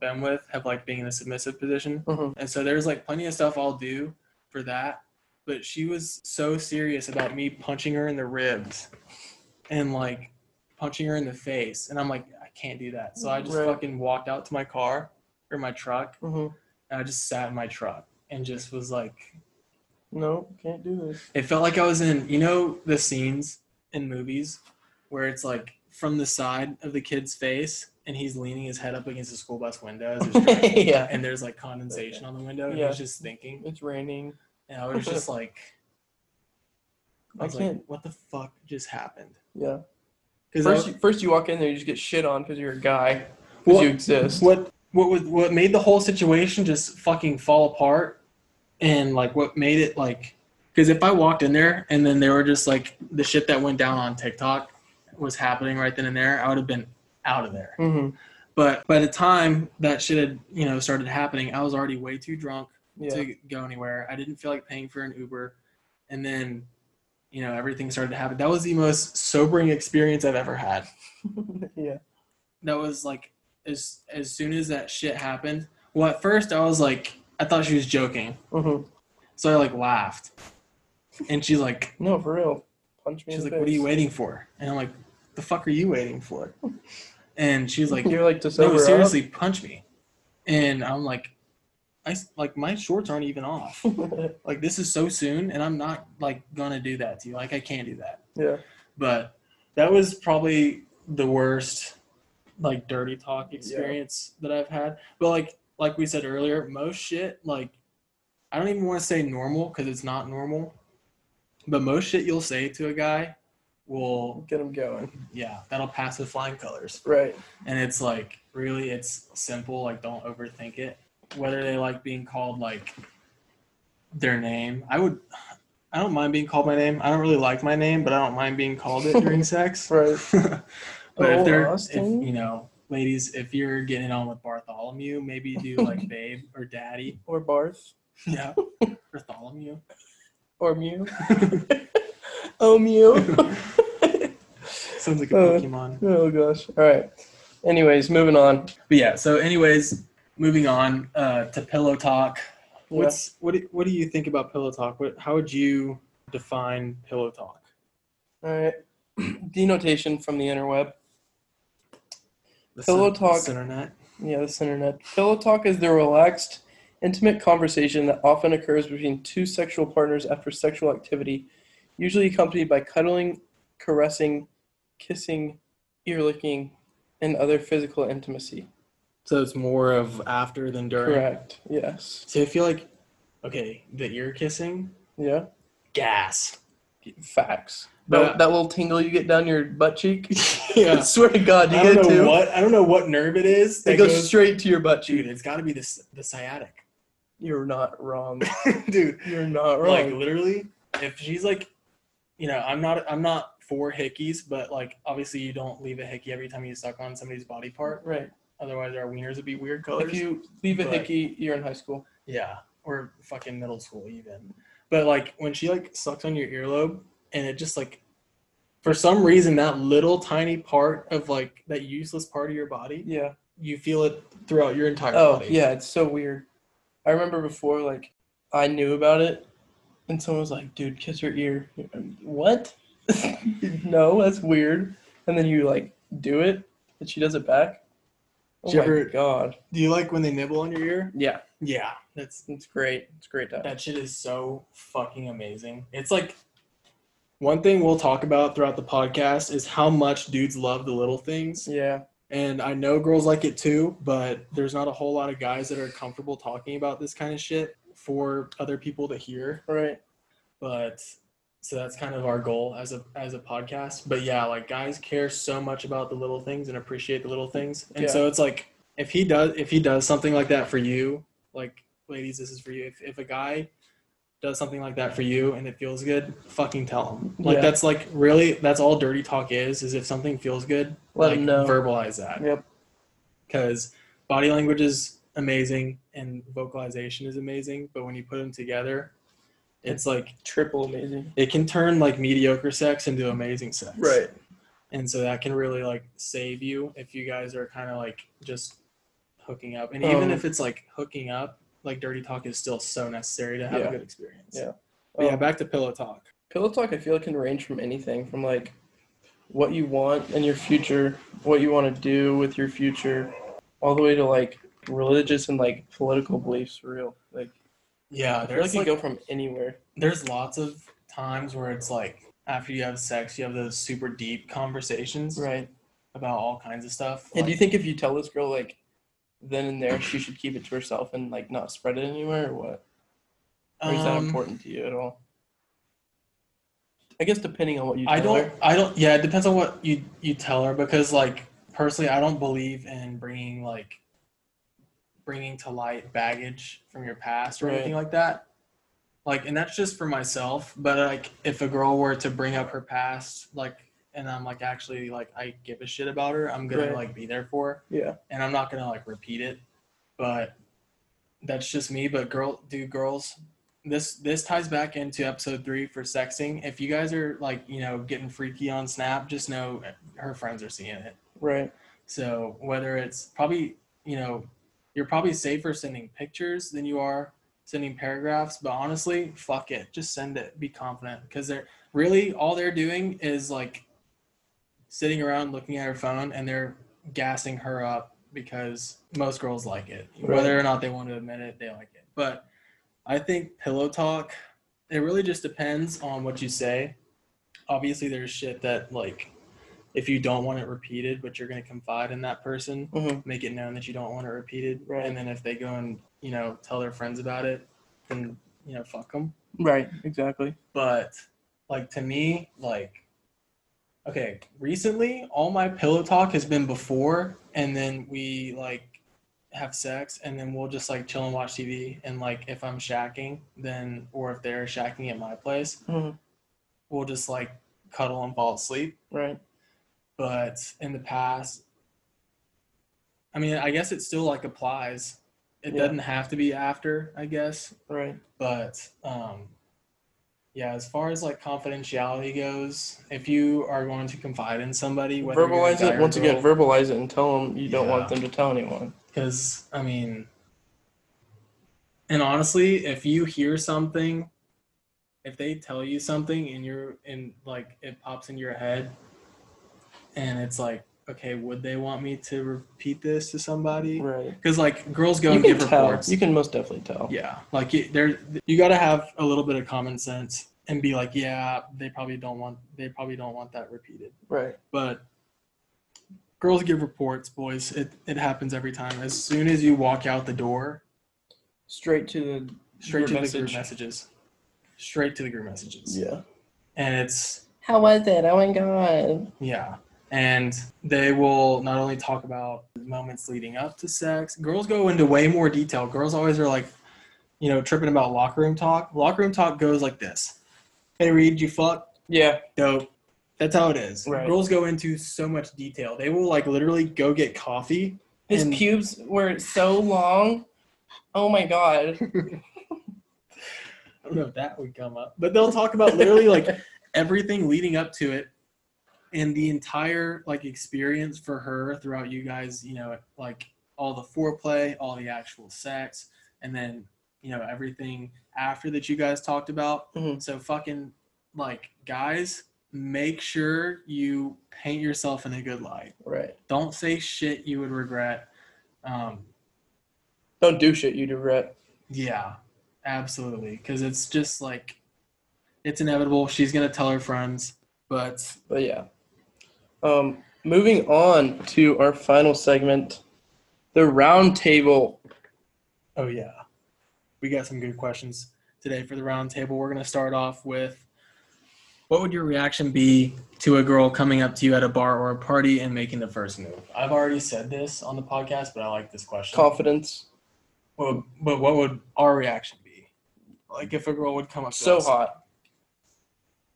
been with have like being in a submissive position
Mhm.
and so there's like plenty of stuff i'll do for that but she was so serious about me punching her in the ribs and like punching her in the face and i'm like i can't do that so i just
Right.
fucking walked out to my car or my truck
Mhm.
and I just sat in my truck and just was like,
No, can't do this.
it felt like I was in, you know, the scenes in movies where it's like from the side of the kid's face and he's leaning his head up against the school bus window as it's driving,
yeah.
and there's like condensation on the window and
Yeah.
he's just thinking.
It's raining.
And I was just like, I
I
was like,
can't-
what the fuck just happened?
Yeah.
Because
First, you, first you walk in there, you just get shit on because you're a guy. Because
Well-
you exist.
what what was what made the whole situation just fucking fall apart and like what made it like because if i walked in there and then they were just like the shit that went down on tiktok was happening right then and there i would have been out of there
hmm
but by the time that shit had you know started happening i was already way too drunk
Yeah.
to go anywhere i didn't feel like paying for an uber and then you know everything started to happen that was the most sobering experience i've ever had
yeah.
that was like as as soon as that shit happened. Well, at first I was like, I thought she was joking,
hmm
so I like laughed, and she's like,
No, for real. Punch me
she's
in
like,
the
what are
face.
you waiting for? And I'm like, the fuck are you waiting for? And she's like,
You're like to sober
no,
up?
seriously, punch me. And I'm like, I s- like my shorts aren't even off. Like this is so soon, and I'm not like gonna do that to you. Like I can't do that.
yeah.
but that was probably the worst like dirty talk experience that I've had. But like like we said earlier, most shit like I don't even want to say normal because it's not normal, but most shit you'll say to a guy will,
Get him going.
yeah, that'll pass with flying colors.
Right.
And it's like, really, it's simple. Like, don't overthink it. Whether they like being called like their name, I would, I don't mind being called my name. I don't really like my name, but I don't mind being called it during sex.
Right.
but if they're,
Oh,
if,
Austin.
you know, ladies, if you're getting on with Bartholomew, maybe do like babe or daddy.
Or Barth.
Yeah. Bartholomew.
Or Mew. oh, Mew.
Sounds like a
Uh.
Pokemon.
oh, gosh. All right. Anyways, moving on.
But yeah, so anyways, moving on uh, to pillow talk.
Yeah.
What's what do, what do you think about pillow talk? What how would you define pillow talk?
All right. Denotation from the interweb.
The
Pillow
syn-
talk-
Internet.
Yeah, this internet. Pillow talk is the relaxed, intimate conversation that often occurs between two sexual partners after sexual activity, usually accompanied by cuddling, caressing, kissing, ear licking, and other physical intimacy.
So it's more of after than during.
Correct. Yes.
So I feel like okay, the ear kissing,
Yeah.
gas.
Facts.
But-
that, that little tingle you get down your butt cheek.
yeah.
swear to God, you
I
get
don't
it
know
too.
what I don't know what nerve it is.
It
That
goes,
goes,
straight to your butt cheek.
dude, it's got to be the s- the sciatic.
You're not wrong.
dude,
You're not
Like
wrong.
literally, if she's like, you know, I'm not, I'm not for hickeys, but like obviously you don't leave a hickey every time you suck on somebody's body part.
right.
Otherwise, our wieners would be weird colors.
If you leave a
but-
hickey, you're in high school.
yeah, or fucking middle school even. But like when she like sucks on your earlobe, and it just like, for some reason, that little tiny part of like that useless part of your body,
Yeah.
you feel it throughout your entire
Oh
body.
yeah, it's so weird. I remember before, like, I knew about it, and someone was like, "Dude, kiss her ear." What? no, that's weird. And then you like do it, and she does it back. Oh
Did you
my
ever-
god!
Do you like when they nibble on your ear?
Yeah,
Yeah, that's
it's great. It's great to
That shit is so fucking amazing. It's like one thing we'll talk about throughout the podcast is how much dudes love the little things.
Yeah,
And I know girls like it too, but there's not a whole lot of guys that are comfortable talking about this kind of shit for other people to hear.
right.
But so that's kind of our goal as a as a podcast. But yeah, like guys care so much about the little things and appreciate the little things. And
Yeah.
so it's like if he does if he does something like that for you, like ladies, this is for you. If if a guy does something like that for you and it feels good, fucking tell him. Like
Yeah.
that's like really that's all dirty talk is is if something feels good,
Let
like
him know.
verbalize that.
Yep.
Cuz body language is amazing and vocalization is amazing, but when you put them together, it's like
Triple amazing.
it can turn like mediocre sex into amazing sex and so that can really like save you if you guys are kind of like just hooking up and even
Um,
if it's like hooking up like dirty talk is still so necessary to have
Yeah.
a good experience
Yeah.
But yeah
Um,
back to pillow talk
Pillow talk, I feel, can range from anything from like what you want in your future, what you want to do with your future, all the way to like religious and like political beliefs for real. Like,
yeah
I feel like
there's
you
like,
go from anywhere.
there's lots of times where it's like after you have sex you have those super deep conversations
Right.
about all kinds of stuff
And do
like-
you think if you tell this girl like then and there she should keep it to herself and like not spread it anywhere or what? Or is that
Um,
important to you at all? I guess depending on what you tell
I don't.
her.
I don't. Yeah, it depends on what you you tell her because, like, personally, I don't believe in bringing like bringing to light baggage from your past or
Right.
anything like that. Like, and that's just for myself. But like, if a girl were to bring up her past, like, and I'm like actually like I give a shit about her, I'm gonna
Right.
like be there for. her,
Yeah.
And I'm not gonna like repeat it, but that's just me. But girl, do girls this this ties back into episode three for sexting. If you guys are like you know getting freaky on Snap, just know her friends are seeing it.
Right.
So whether it's probably you know you're probably safer sending pictures than you are sending paragraphs. But honestly, fuck it, just send it. Be confident because they're really all they're doing is like sitting around looking at her phone and they're gassing her up because most girls like it,
Right.
whether or not they want to admit it, they like it. But I think pillow talk, it really just depends on what you say. Obviously, there's shit that like if you don't want it repeated, but you're gonna confide in that person,
Mhm.
make it known that you don't want it repeated.
Right.
And then if they go and you know tell their friends about it, then you know fuck them.
Right. Exactly.
But like to me, like okay, recently all my pillow talk has been before, and then we like have sex, and then we'll just like chill and watch TV, and like if I'm shacking, then or if they're shacking at my place,
Mhm.
we'll just like cuddle and fall asleep.
Right.
But in the past, I mean, I guess it still like applies. It
Yeah.
doesn't have to be after, I guess
Right.
but um yeah as far as like confidentiality goes if you are going to confide in somebody whether you're a
verbalize
guy
it
or
once again.
girl,
Verbalize it and tell them you don't want
Yeah.
them to tell anyone.
because i mean and honestly if you hear something if they tell you something and you're and like it pops in your head and it's like okay would they want me to repeat this to somebody
Right.
because like girls go
You
and
can
give
tell.
reports
You can most definitely tell.
Yeah, like you, there, you got to have a little bit of common sense and be like, yeah, they probably don't want, they probably don't want that repeated.
Right.
But girls give reports, boys. It it happens every time. As soon as you walk out the door,
Straight to the
straight
Your
to the
message.
group messages, straight to the group messages.
yeah.
And it's
How was it? Oh my god.
yeah. And they will not only talk about the moments leading up to sex. Girls go into way more detail. Girls always are like, you know, tripping about locker room talk. Locker room talk goes like this. Hey Reed, you fuck.
Yeah.
dope. That's how it is.
Right.
Girls go into so much detail. They will like literally go get coffee.
His
and-
pubes were so long. Oh my god.
I don't know if that would come up, but they'll talk about literally like everything leading up to it and the entire like experience for her throughout you guys, you know, like all the foreplay, all the actual sex, and then, you know, everything after that you guys talked about.
Mhm.
So fucking like guys, make sure you paint yourself in a good light.
Right.
Don't say shit you would regret. Um,
Don't do shit you regret.
yeah, absolutely. Because it's just like, it's inevitable. She's going to tell her friends. But
But yeah. Um, moving on to our final segment, the round table.
oh, yeah. We got some good questions today for the roundtable. We're going to start off with what would your reaction be to a girl coming up to you at a bar or a party and making the first move? I've already said this on the podcast, but I like this question.
Confidence.
Well, but what would our reaction be? Like if a girl would come up to
So
us?
hot.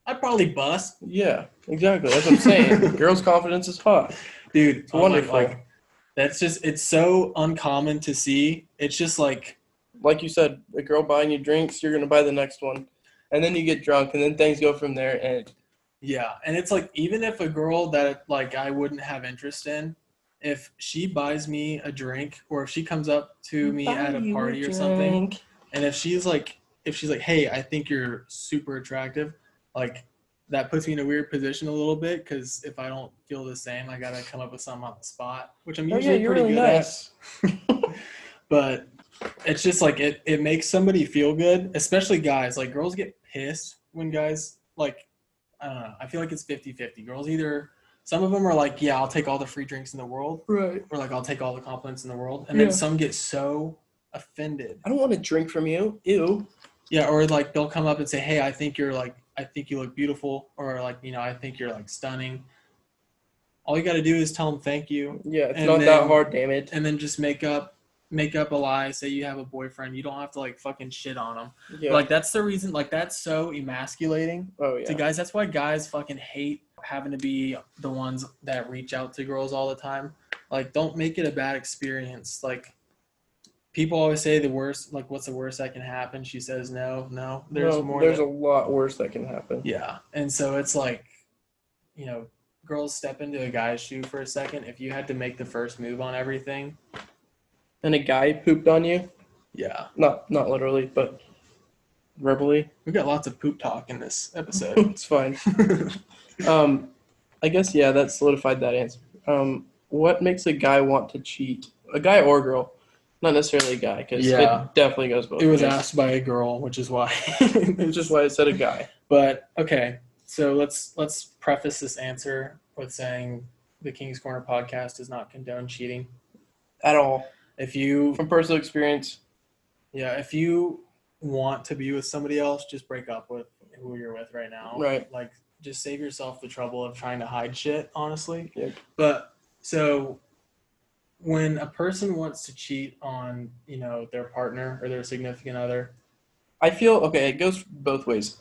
I'd probably bust.
Yeah, exactly. That's what I'm saying. Girls' confidence is hot.
dude it's
wonderful.
wonderful like that's just it's so uncommon to see it's just like
Like you said, a girl buying you drinks, you're gonna buy the next one. And then you get drunk and then things go from there and
yeah and it's like even if a girl that like i wouldn't have interest in if she buys me a drink or if she comes up to me at a party or something and if she's like if she's like hey i think you're super attractive like that puts me in a weird position a little bit because if i don't feel the same i gotta come up with something on the spot which i'm
Oh yeah,
usually
you're
pretty
really
good at.
nice.
but it's just like it, it makes somebody feel good especially guys like girls get pissed when guys like i don't know i feel like it's 50-50 girls either some of them are like yeah i'll take all the free drinks in the world
Right.
or like i'll take all the compliments in the world and then
Yeah.
some get so offended
I don't want to drink from you. Ew.
yeah or like they'll come up and say hey i think you're like i think you look beautiful or like you know i think you're like stunning all you got to do is tell them thank you
Yeah, it's
And
not that
then-
hard, damn it.
and then just make up make up a lie say you have a boyfriend you don't have to like fucking shit on them
Yeah.
Like that's the reason. Like that's so emasculating
oh
to
yeah.
guys. That's why guys fucking hate having to be the ones that reach out to girls all the time. Like, don't make it a bad experience. Like, people always say the worst. Like, what's the worst that can happen? She says no, no. There's
No,
more.
there's a
that-
lot worse that can happen.
yeah, and so it's like, you know, girls step into a guy's shoe for a second. If you had to make the first move on everything,
And a guy pooped on you.
yeah,
Not not literally, but verbally.
we got lots of poop talk in this episode.
it's fine. Um, I guess yeah, that solidified that answer. Um, what makes a guy want to cheat? A guy or girl, not necessarily a guy, because
Yeah.
it definitely goes both.
it was
ways.
asked by a girl, which is why it's
Which is why I said a guy.
But okay, so let's let's preface this answer with saying the King's Corner podcast does not condone cheating.
At all,
If you
from personal experience,
yeah, if you want to be with somebody else, just break up with who you're with right now.
Right.
Like, just save yourself the trouble of trying to hide shit, honestly.
Yep.
But so when a person wants to cheat on, you know, their partner or their significant other,
I feel okay. It goes both ways.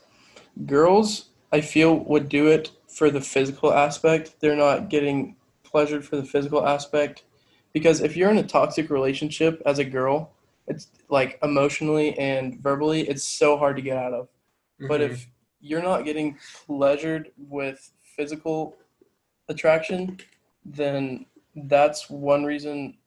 Girls, I feel, would do it for the physical aspect. They're not getting pleasured for the physical aspect because if you're in a toxic relationship as a girl, it's like emotionally and verbally, it's so hard to get out of. But
Mm-hmm.
if you're not getting pleasured with physical attraction, then that's one reason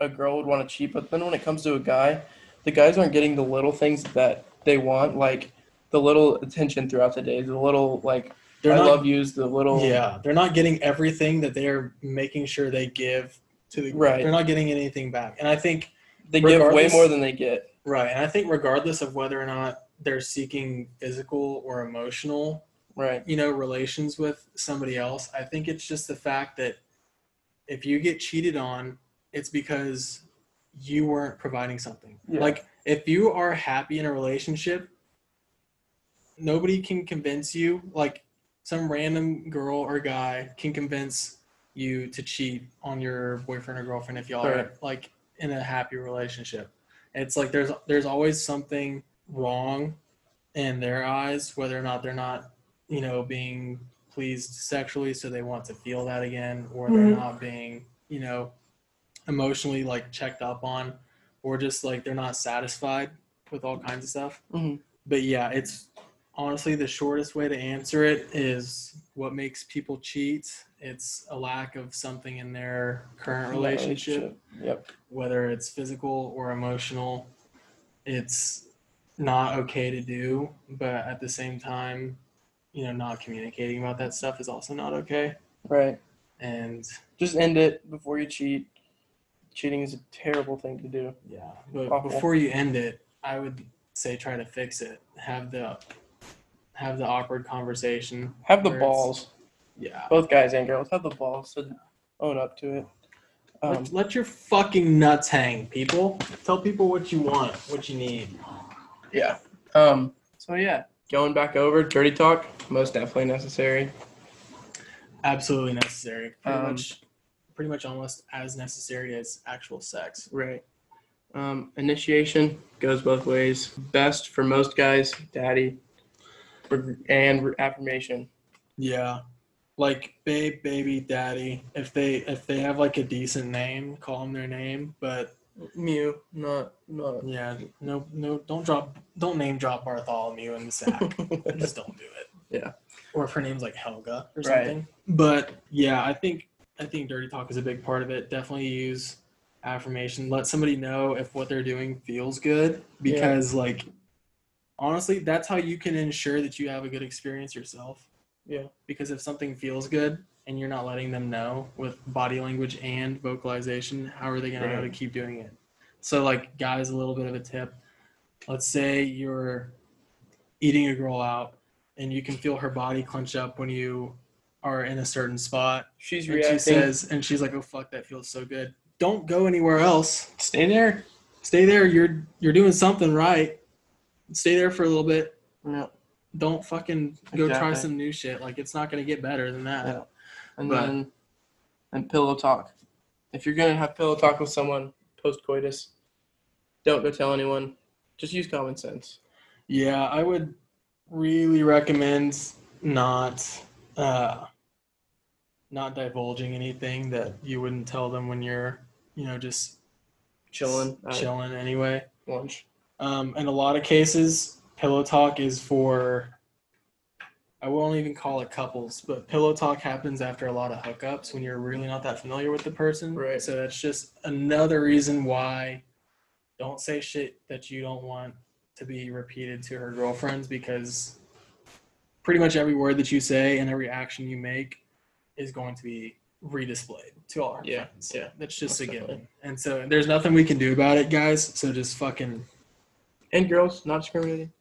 a girl would want to cheat. But then when it comes to a guy, the guys aren't getting the little things that they want, like the little attention throughout the day, the little like
they're
I
not,
love yous, the little
yeah, they're not getting everything that they're making sure they give to the
Right.
They're not getting anything back, and I think
they give way
Regardless-
more than they get.
right, and I think regardless of whether or not they're seeking physical or emotional
Right.
you know relations with somebody else i think it's just the fact that if you get cheated on it's because you weren't providing something
Yeah.
like if you are happy in a relationship nobody can convince you like some random girl or guy can convince you to cheat on your boyfriend or girlfriend if y'all are
Right.
like in a happy relationship it's like there's there's always something wrong in their eyes whether or not they're not you know, being pleased sexually, so they want to feel that again, or they're
Mhm.
not being, you know, emotionally like checked up on, or just like they're not satisfied with all kinds of stuff.
Mhm.
But yeah, it's honestly the shortest way to answer it is what makes people cheat. It's a lack of something in their current relationship
Yep.
whether it's physical or emotional, it's not okay to do, but at the same time, you know, not communicating about that stuff is also not okay.
Right.
And
Just end it before you cheat. Cheating is a terrible thing to do.
yeah, but
Awful.
before you end it, I would say try to fix it. Have the have the awkward conversation.
Have the
where it's-
balls.
Yeah.
both guys and girls have the balls to own up to it. Um,
let, let your fucking nuts hang, people. Tell people what you want, what you need.
yeah. Um, so yeah, going back over dirty talk, most definitely necessary.
absolutely necessary. Pretty
Um,
much, pretty much almost as necessary as actual sex.
Right. Um, initiation goes both ways. Best for most guys, daddy, reg- and re- affirmation.
Yeah, like babe, baby, daddy. If they if they have like a decent name, call them their name. But
Mew, not not.
yeah, no, no, don't drop, don't name drop Bartholomew in the sack. Just don't do it.
Yeah.
Or if her name's like Helga or
Right.
something. But yeah, I think I think dirty talk is a big part of it. Definitely use affirmation. Let somebody know if what they're doing feels good
Yeah.
because like honestly, that's how you can ensure that you have a good experience yourself.
Yeah.
Because if something feels good and you're not letting them know with body language and vocalization, how are they going to know to
Right.
keep doing it? So like guys, a little bit of a tip. Let's say you're eating a girl out and you can feel her body clench up when you are in a certain spot
She's
and
reacting.
she says and she's like oh fuck that feels so good don't go anywhere else
"Stay there."
stay there you're you're doing something right stay there for a little bit
No.
don't fucking go try
Exactly.
some new shit like it's not going to get better than that
Yeah. And
But-
then, and pillow talk. If you're gonna have pillow talk with someone post coitus, don't go tell anyone. Just use common sense.
Yeah, I would really recommend not uh not divulging anything that you wouldn't tell them when you're, you know, just
Chilling at
chilling anyway.
lunch.
Um in a lot of cases, pillow talk is for I won't even call it couples, but pillow talk happens after a lot of hookups when you're really not that familiar with the person.
Right.
So that's just another reason why don't say shit that you don't want to be repeated to her girlfriends because pretty much every word that you say and every action you make is going to be redisplayed to all her
Yeah,
friends.
yeah.
That's just a
Most
given.
definitely.
And so there's nothing we can do about it, guys. So just fucking
And girls, not discriminating.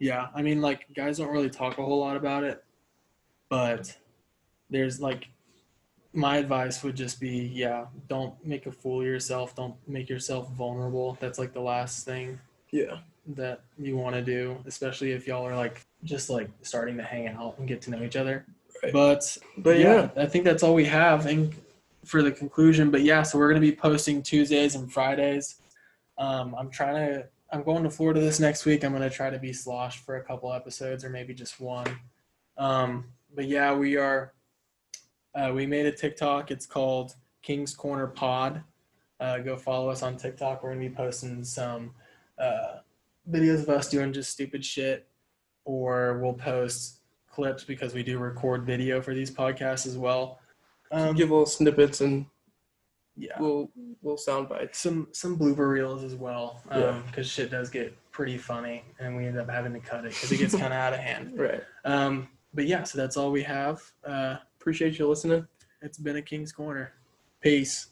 yeah, I mean, like guys don't really talk a whole lot about it, but there's like my advice would just be, yeah, don't make a fool of yourself. Don't make yourself vulnerable. That's like the last thing.
Yeah.
that you want to do, especially if y'all are like just like starting to hang out and get to know each other.
Right.
But but yeah, I think that's all we have and for the conclusion. But yeah, so we're gonna be posting Tuesdays and Fridays. Um, I'm trying to. I'm going to Florida this next week. I'm gonna try to be sloshed for a couple episodes or maybe just one. Um, but yeah, we are. Uh, we made a TikTok. It's called King's Corner Pod. Uh, go follow us on TikTok. We're gonna be posting some uh, videos of us doing just stupid shit, or we'll post clips because we do record video for these podcasts as well. Um,
Give little snippets and
yeah,
little little sound bites.
some some blooper reels as well because
Yeah.
shit does get pretty funny and we end up having to cut it because it gets kind of out of hand
Right.
um, but yeah so that's all we have uh,
Appreciate you listening.
it's been a king's corner peace